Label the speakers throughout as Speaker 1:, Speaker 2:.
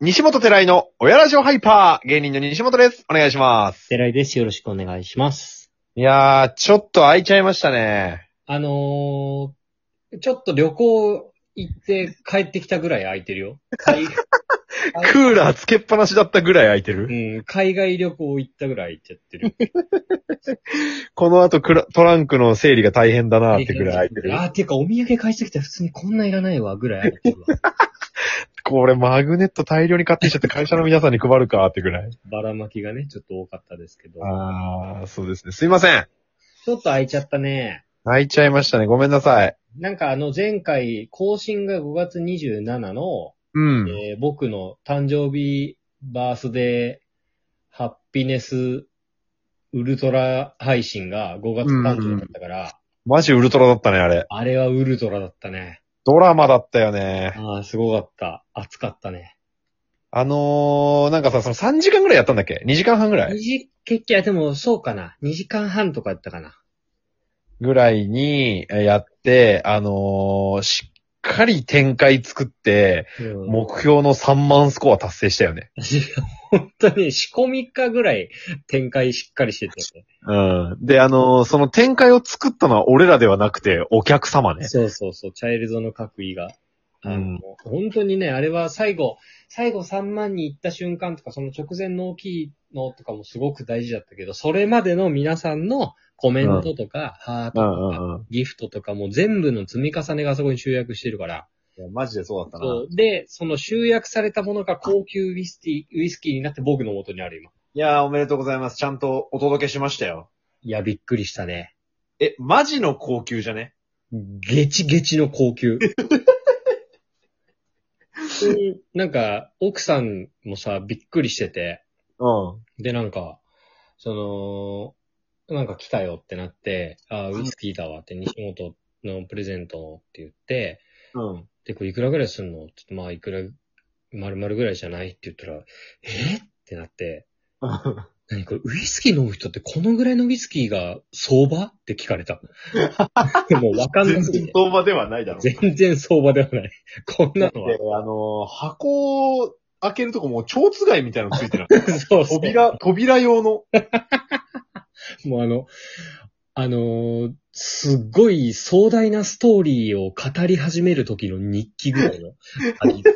Speaker 1: 西本寺井の親ラジオハイパー、芸人の西本です。お願いします。
Speaker 2: 寺井です。よろしくお願いします。
Speaker 1: いやー、ちょっと空いちゃいましたね。
Speaker 2: あのー、ちょっと旅行行って帰ってきたぐらい空いてるよ。海
Speaker 1: クーラーつけっぱなしだったぐらい空いてる。
Speaker 2: うん、海外旅行行ったぐらい行っちゃってる。
Speaker 1: この後クラトランクの整理が大変だなーってぐらい空いてる。
Speaker 2: あー、てかお土産買いしてきたら普通にこんないらないわ、ぐらい空いてるわ。
Speaker 1: これマグネット大量に買ってきちゃって会社の皆さんに配るかーってぐらい。
Speaker 2: ばらまきがね、ちょっと多かったですけど。
Speaker 1: あー、そうですね。すいません。
Speaker 2: ちょっと空いちゃったね。
Speaker 1: 空いちゃいましたね。ごめんなさい。
Speaker 2: なんかあの前回更新が5月27の、
Speaker 1: うん。
Speaker 2: えー僕の誕生日バースデーハッピネスウルトラ配信が5月誕生日だったから、
Speaker 1: マジウルトラだったね、あれ。
Speaker 2: あれはウルトラだったね。
Speaker 1: ドラマだったよね。
Speaker 2: ああ、すごかった。熱かったね。
Speaker 1: あのー、なんかさ、その3時間ぐらいやったんだっけ ?2 時間半ぐら
Speaker 2: 二
Speaker 1: い
Speaker 2: 時、結局、いやでもそうかな。2時間半とかやったかな。
Speaker 1: ぐらいにえやって、あのー、しっかり展開作って、
Speaker 2: うん
Speaker 1: 目標の3万スコア達成したよね。
Speaker 2: 本当に仕込みかぐらい展開しっかりしてたよね。
Speaker 1: うん。で、あのー、その展開を作ったのは俺らではなくて、お客様ね。
Speaker 2: そうそうそう、チャイルドの各位が。あ
Speaker 1: うん
Speaker 2: の、本当にね、あれは最後、最後3万に行った瞬間とか、その直前の大きいのとかもすごく大事だったけど、それまでの皆さんのコメントとか、ハー
Speaker 1: う
Speaker 2: ト
Speaker 1: ん
Speaker 2: と
Speaker 1: う
Speaker 2: か、
Speaker 1: んうん
Speaker 2: ギフトとかも全部の積み重ねがあそこに集約してるから。
Speaker 1: いや。マジでそうだったな。
Speaker 2: そ。
Speaker 1: いう
Speaker 2: で、その集約されたものが高級ウイスティウイスキーになって僕の元にある今。
Speaker 1: やー、おめでとうございます。ちゃんとお届けしましたよ。
Speaker 2: いや、びっくりしたね。
Speaker 1: え、マジの高級じゃね
Speaker 2: ゲチゲチの高 級。うんなんか、奥さんもさ、びっくりしてて、
Speaker 1: うん。
Speaker 2: で、なんか、その、なんか来たよってなって、あーウイスキーだわって、西本のプレゼントって言って、
Speaker 1: うん。
Speaker 2: で、これいくらぐらいすんのちょっとまあ、いくら、まるまるぐらいじゃないって言ったら、えってなって、何これ、ウイスキー飲む人ってこのぐらいのウイスキーが相場って聞か れた。でもわかんな
Speaker 1: 全
Speaker 2: すぎ
Speaker 1: 然
Speaker 2: て。
Speaker 1: 相場ではないだろう。
Speaker 2: 全然相場ではない。こんなのは
Speaker 1: で。、あのー箱を開けるとこもう、蝶つがいみたいなのついてる。
Speaker 2: そうそう。
Speaker 1: 扉、扉用の。
Speaker 2: もうあの、あのーすっごい壮大なストーリーを語り始める時の日記ぐらい のありついて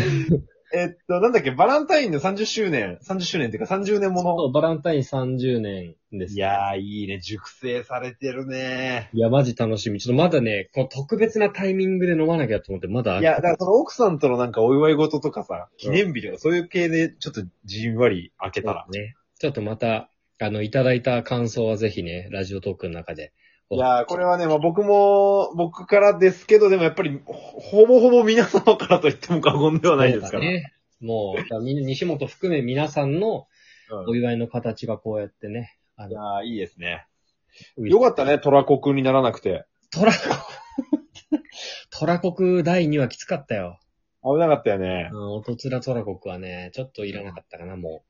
Speaker 2: る。
Speaker 1: えっと、なんだっけ、バランタインの30周年、30周年っていうか30年もの。
Speaker 2: バランタイン30年です。
Speaker 1: いやー、いいね。熟成されてるね。
Speaker 2: いや、マジ楽しみ。ちょっとまだね、この特別なタイミングで飲まなきゃと思って、まだ。
Speaker 1: いや、だからその奥さんとのなんかお祝い事とかさ、記念日とかそういう系でちょっとじんわり開けたら。
Speaker 2: ね。ちょっとまた、あの、いただいた感想はぜひね、ラジオトークの中で。
Speaker 1: いやー、これはね、まあ僕も、僕からですけど、でもやっぱり、ほほぼほぼ皆様からと言っても過言ではないです
Speaker 2: そ
Speaker 1: か
Speaker 2: う
Speaker 1: ら。
Speaker 2: だね。もう、だからみんな西本含め皆さんの
Speaker 1: うん
Speaker 2: お祝いの形がこうやってね。あ
Speaker 1: い
Speaker 2: の、
Speaker 1: やー、いいですね。
Speaker 2: ウイ
Speaker 1: よかったね、トラコくんにならなくて。
Speaker 2: トラコ、トラコク第2話きつかったよ。
Speaker 1: 危なかったよね。
Speaker 2: うん、おとつらトラコクはね、ちょっといらなかったかな、も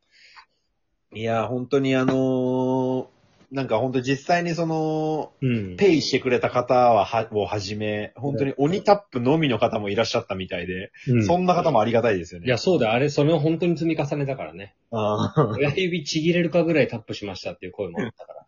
Speaker 1: いやー、本当にあのー、なんか本当に実際にその、
Speaker 2: う。うん。
Speaker 1: ペイしてくれた方は、は、をはじめ、本当に鬼タップのみの方もいらっしゃったみたいで、
Speaker 2: うん
Speaker 1: そんな方もありがたいですよね。
Speaker 2: いや、そうだよ、あれ、それを本当に積み重ねたからね。
Speaker 1: あ
Speaker 2: 親指ちぎれるかぐらいタップしましたっていう声もあったから。
Speaker 1: ー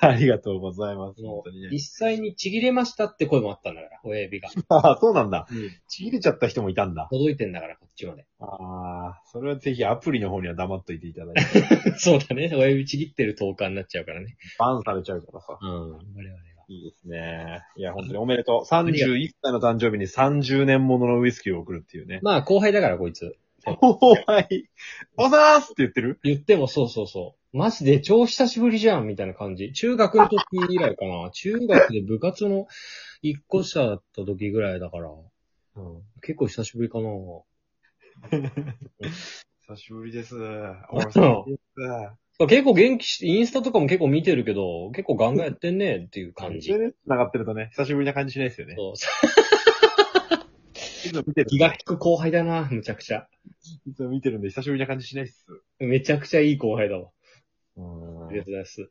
Speaker 1: ありがとうございます。本
Speaker 2: も
Speaker 1: 当に
Speaker 2: う
Speaker 1: ね。
Speaker 2: 実際にちぎれましたって声もあったんだから、親指が。
Speaker 1: ああ、そうなんだ。
Speaker 2: うん。
Speaker 1: ちぎれちゃった人もいたんだ。
Speaker 2: 届いてんだから、こっちまで。
Speaker 1: ああ、それはぜひアプリの方には黙っといていただいて。
Speaker 2: そうだね。親指ちぎってる10日になっちゃうからね。
Speaker 1: バンされちゃうからさ。
Speaker 2: うん。我々は。
Speaker 1: いいですね。いや、本当におめでとう。31歳の誕生日に30年もののウイスキーを送るっていうね。
Speaker 2: まあ、後輩だから、こいつ。
Speaker 1: おい、おざーすって言ってる
Speaker 2: 言ってもそうそうそう。マジで超久しぶりじゃんみたいな感じ。中学の時以来か な。中学で部活の一個下だった時ぐらいだから、
Speaker 1: うん。
Speaker 2: 結構久しぶりかな。
Speaker 1: 久しぶりです。
Speaker 2: う
Speaker 1: お
Speaker 2: ん
Speaker 1: 久しぶりです。
Speaker 2: 結構元気して、インスタとかも結構見てるけど、結構ガンガンやってんねっていう感じ。
Speaker 1: SNS 繋がってるとね、久しぶりな感じしないですよね。
Speaker 2: そう。
Speaker 1: いつも見てる
Speaker 2: 気。が利く後輩だな、むちゃくちゃ。
Speaker 1: いつも見てるんで、久しぶりな感じしないっす。
Speaker 2: めちゃくちゃいい後輩だわ。ありが
Speaker 1: い
Speaker 2: とうございます。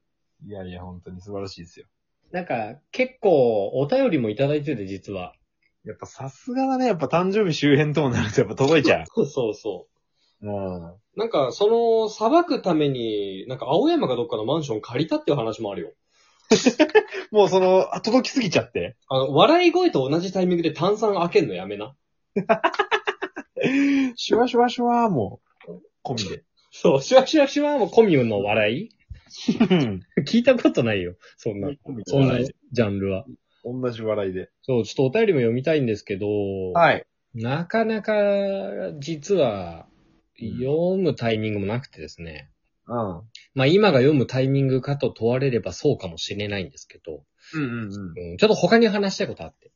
Speaker 1: やいや、本当に素晴らしいですよ。
Speaker 2: なんか、結構お便りもいただいてて、実は。
Speaker 1: やっぱさすがだね。やっぱ誕生日周辺ともなるとやっぱ届いちゃう。
Speaker 2: そうそうそう
Speaker 1: うん。
Speaker 2: う。なんか、その、裁くために、なんか青山かどっかのマンション借りたっていう話もあるよ。
Speaker 1: もうその、あ届きすぎちゃって。
Speaker 2: あの、笑い声と同じタイミングで炭酸開けんのやめな。
Speaker 1: シュワシュワシュワーも、込みで。
Speaker 2: そう、シュワシュワシュワもコミュの笑
Speaker 1: うん。
Speaker 2: い 聞いたことないよ。そんな、そんなジャンルは。
Speaker 1: 同じ笑いで。
Speaker 2: そう、ちょっとお便りも読みたいんですけど、
Speaker 1: はい。
Speaker 2: なかなか、実は、読むタイミングもなくてですね。
Speaker 1: うん。
Speaker 2: まあ今が読むタイミングかと問われればそうかもしれないんですけど、
Speaker 1: うんうんうん。
Speaker 2: うんちょっと他に話したいことあって。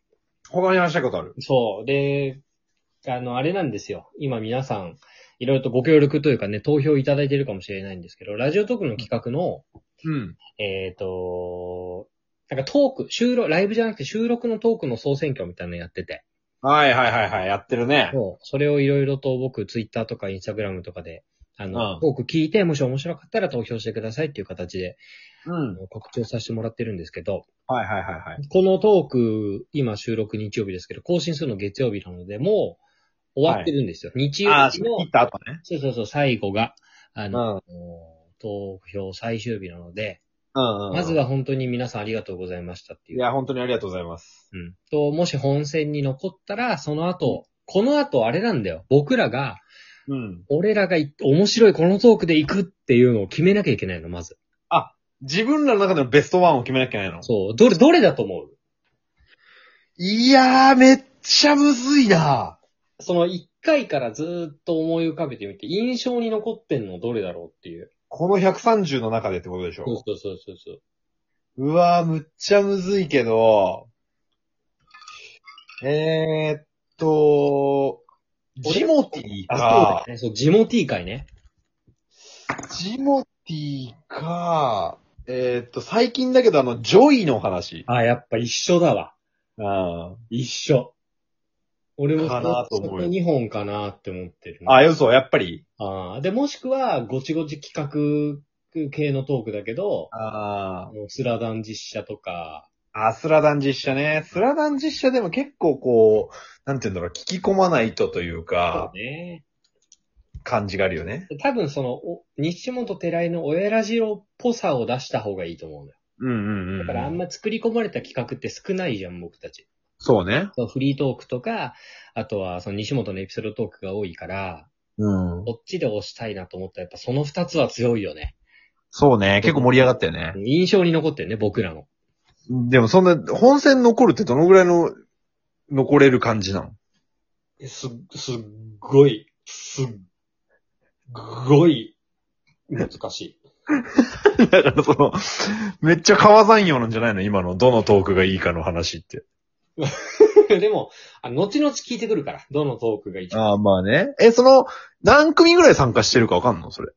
Speaker 1: 他に話したいことある
Speaker 2: そう。で、あの、あれなんですよ。今皆さん、いろいろとご協力というかね、投票いただいてるかもしれないんですけど、ラジオトークの企画の、
Speaker 1: うん。
Speaker 2: えっ、と、なんかトーク、収録、ライブじゃなくて収録のトークの総選挙みたいなのやってて、
Speaker 1: はいはいはいはい。やってるね。
Speaker 2: そうそれをいろいろと僕、ツイッターとかインスタグラムとかで、あの、
Speaker 1: うん
Speaker 2: トーク聞いて、もし面白かったら投票してくださいっていう形で、
Speaker 1: うん。
Speaker 2: 告知をさせてもらってるんですけど、
Speaker 1: はいはいはいはい。
Speaker 2: このトーク、今収録日曜日ですけど、更新するの月曜日なので、もう終わってるんですよ。日曜
Speaker 1: ああ、
Speaker 2: 日
Speaker 1: 切
Speaker 2: の、
Speaker 1: った後ね。
Speaker 2: そうそうそう、最後が、あ
Speaker 1: うん。
Speaker 2: の、投票最終日なので、
Speaker 1: うんうん。
Speaker 2: まず。は本当に皆さんありがとうございましたって
Speaker 1: い
Speaker 2: いう。
Speaker 1: や、本当にありがとうございます。
Speaker 2: うん。と、もし本戦に残ったら、その後、この後あれなんだよ。僕らが、
Speaker 1: うん。
Speaker 2: 俺らがい面白いこのトークで行くっていうのを決めなきゃいけないの、まず。
Speaker 1: 自分らの中でのベストワンを決めなきゃいけないの
Speaker 2: そう。どれ、どれだと思う
Speaker 1: いやー、めっちゃむずいな
Speaker 2: その一回からずーっと思い浮かべてみて、印象に残ってんのどれだろうっていう。
Speaker 1: この130の中でってことでし
Speaker 2: そう
Speaker 1: ょ
Speaker 2: そうそうそうそう。
Speaker 1: うわー、むっちゃむずいけど、えーっと、ジモティ
Speaker 2: あ、そうだ
Speaker 1: か
Speaker 2: よ、ね。そう、ジモティー会ね。
Speaker 1: ジモティか、えーっと、最近だけどあの、ジョイの話。
Speaker 2: あ、やっぱ一緒だわ。
Speaker 1: あ
Speaker 2: 一緒。俺も
Speaker 1: かなと思うよ
Speaker 2: 2本かなって思ってるね、
Speaker 1: あ、嘘、やっぱり。
Speaker 2: あーで、もしくは、ごちごち企画系のトークだけど、
Speaker 1: あ
Speaker 2: あのスラダン実写とか、
Speaker 1: あ。あ、スラダン実写ね。スラダン実写でも結構こう、なんていうんだろう、聞き込まないとという
Speaker 2: そ
Speaker 1: か、
Speaker 2: うね。
Speaker 1: 感じがあるよね。
Speaker 2: 多分その、お西本寺井の親ラジロっぽさを出した方がいいと思うのよ。
Speaker 1: うんうんうん。
Speaker 2: だからあんま作り込まれた企画って少ないじゃん、僕たち。
Speaker 1: そうね。
Speaker 2: そのフリートークとか、あとはその西本のエピソードトークが多いから、
Speaker 1: うん。
Speaker 2: こっちで押したいなと思ったらやっぱその二つは強いよね。
Speaker 1: そうね。結構盛り上がったよね。
Speaker 2: 印象に残ってるね、僕らの。
Speaker 1: でもそんな、本戦残るってどのぐらいの、残れる感じなの
Speaker 2: す、すっごい、すっごい難しい。
Speaker 1: だからその、めっちゃ川山用なんじゃないの今の、どのトークがいいかの話って。
Speaker 2: でも、あ後々聞いてくるから、どのトークが一番。
Speaker 1: ああ、まあね。え、その、何組ぐらい参加してるかわかんのそれ。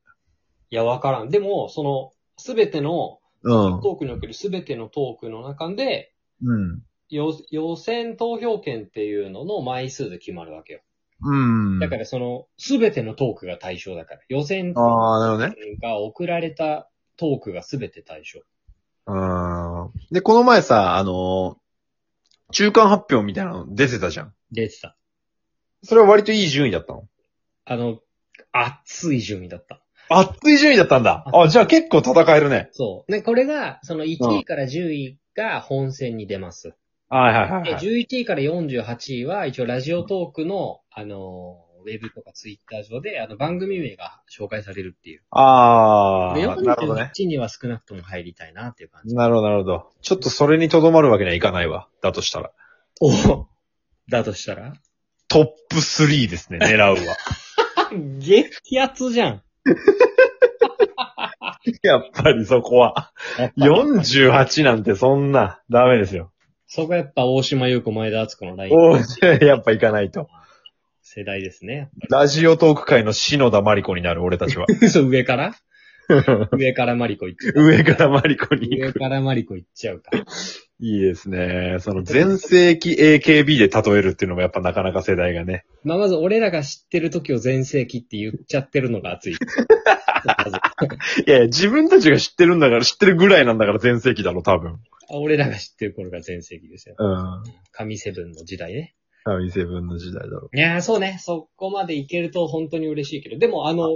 Speaker 2: いや、わからん。でも、その、すべての、
Speaker 1: うん。
Speaker 2: トークにおけるすべてのトークの中で、
Speaker 1: うん。
Speaker 2: 予予選投票権っていうのの枚数で決まるわけよ。
Speaker 1: うん。
Speaker 2: だからその、すべてのトークが対象だから。予選が
Speaker 1: ああ、なるほどね。
Speaker 2: 送られたトークがすべて対象。
Speaker 1: うん。で、この前さ、あのー中間発表みたいなの出てたじゃん。
Speaker 2: 出てた。
Speaker 1: それは割といい順位だったの
Speaker 2: あの、熱い順位だった。
Speaker 1: 熱い順位だったんだ。あ、じゃあ結構戦えるね。
Speaker 2: そう。ね、これが、その1位から10位が本戦に出ます。
Speaker 1: はいはいはい、
Speaker 2: で、
Speaker 1: はい。
Speaker 2: 11位から48位は、一応ラジオトークの、あの、ウェブとかツイッター上で、あの、番組名が紹介されるっていう。
Speaker 1: ああ、
Speaker 2: で、
Speaker 1: なるほどね
Speaker 2: 48。位には少なくとも入りたいなっていう感じ。
Speaker 1: なるほど、なるほど。ちょっとそれにとどまるわけにはいかないわ。だとしたら。
Speaker 2: おだとしたら
Speaker 1: トップ3ですね、狙うは。い
Speaker 2: 激アツじゃん。
Speaker 1: やっぱりそこは。48なんてそんな、ダメですよ。
Speaker 2: そこやっぱ大島優子前田敦子のライン
Speaker 1: おー やっぱ行かないと。
Speaker 2: 世代ですね。
Speaker 1: ラジオトーク界の篠田真理子になる、俺た ちは。
Speaker 2: そう、上から上からマリコ行っちゃう。
Speaker 1: 上から真理子に
Speaker 2: 上
Speaker 1: 行く。
Speaker 2: からマリコ行っちゃうか。
Speaker 1: いいですね。その全盛期 AKB で例えるっていうのもやっぱなかなか世代がね。
Speaker 2: まあ、まず俺らが知ってる時を全盛期って言っちゃってるのが 熱い。まず
Speaker 1: いやいや、自分たちが知ってるんだから、知ってるぐらいなんだから全盛期だろ、多分。
Speaker 2: あ俺らが知ってる頃が全盛期ですよ。
Speaker 1: うん。
Speaker 2: 神セブンの時代ね。
Speaker 1: 神セブンの時代だろ
Speaker 2: いやー、そうね。そこまでいけると本当に嬉しいけど。でも、あの、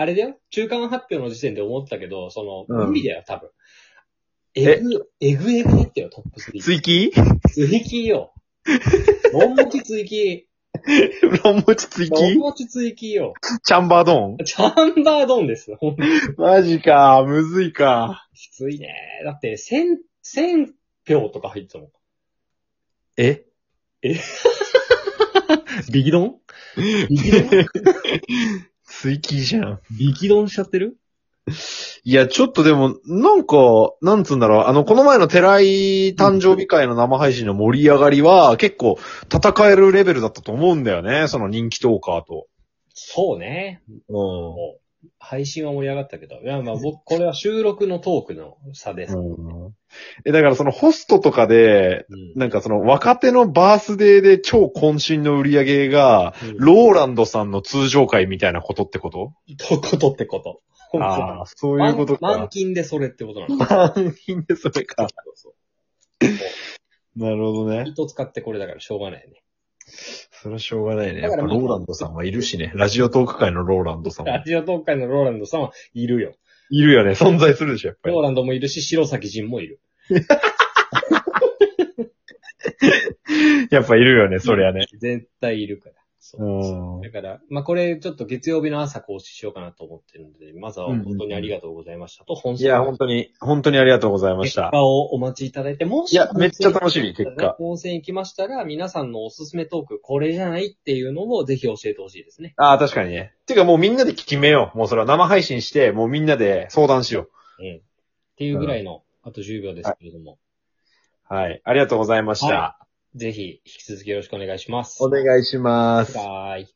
Speaker 2: あれだよ。中間発表の時点で思ったけど、その、
Speaker 1: うん
Speaker 2: 無理だよ、多分。えぐ、えぐえぐだったよ、トップ
Speaker 1: う。
Speaker 2: 3。
Speaker 1: 追記
Speaker 2: 追記 よ。ロンモチ追記。
Speaker 1: ロンモチ追
Speaker 2: ロン
Speaker 1: 記
Speaker 2: モチ追記よ。
Speaker 1: チャンバードン
Speaker 2: チャンバードンです。ほんと
Speaker 1: マジか、むずいか。
Speaker 2: きついね。だって、千、千票とか入ってたもん。
Speaker 1: え
Speaker 2: ビギドンビギドン
Speaker 1: 追記じゃん。
Speaker 2: ビギドンしちゃってる
Speaker 1: いや、ちょっとでも、なんか、なんつうんだろう、あの、この前の寺井誕生日会の生配信の盛り上がりは、結構、戦えるレベルだったと思うんだよね、その人気トーカーと。
Speaker 2: そうね。
Speaker 1: う
Speaker 2: もう、配信は盛り上がったけど、いや、まあ僕、これは収録のトークの差です。うん。
Speaker 1: ん。え、だからそのホストとかで、なんかその若手のバースデーで超渾身の売り上げが、
Speaker 2: うん
Speaker 1: ローランドさんの通常会みたいなことってこと
Speaker 2: とことってこと。
Speaker 1: ああ、そういうこと
Speaker 2: 満満
Speaker 1: か。
Speaker 2: 金でそれってことなの。
Speaker 1: 満品でそれか。
Speaker 2: そう
Speaker 1: なるほどね。
Speaker 2: 糸使ってこれだからしょうがないね。
Speaker 1: それはしょうがないね。や
Speaker 2: だ
Speaker 1: っ
Speaker 2: か
Speaker 1: ぱ
Speaker 2: ら
Speaker 1: ローランドさんはいるしね。 ラジオトーク界のローランドさん
Speaker 2: ラ
Speaker 1: は。
Speaker 2: ジオトーク界のローランドさんはいるよ。
Speaker 1: いるよね。存在するでしょ、やっぱり
Speaker 2: ロー。ランドもいるし、白崎仁もいる。
Speaker 1: やっぱいるよね、そりゃね。。
Speaker 2: 絶対いるから。そうう。
Speaker 1: ん。
Speaker 2: だから、まあ、これ、ちょっと月曜日の朝更新しようかなと思ってるので、まずは本当にありがとうございましたと、本
Speaker 1: いや、本当に、本当にありがとうございまし
Speaker 2: 結
Speaker 1: た。
Speaker 2: 果をお待ちいただいて、もし、
Speaker 1: いや、めっちゃ楽しみ、結果。
Speaker 2: 温泉行きましたら、皆さんのおすすめトーク、これじゃないっていうのをぜひ教えてほしいですね。
Speaker 1: ああ、確かにね。てかもうみんなで決めよう。もうそれは生配信して、もうみんなで相談しよう。
Speaker 2: うん。っていうぐらいの、あと10秒ですけれども、
Speaker 1: はい。ありがとうございました。
Speaker 2: はぜひ引き続きよろしくお願いします。
Speaker 1: お願いします。
Speaker 2: バイ。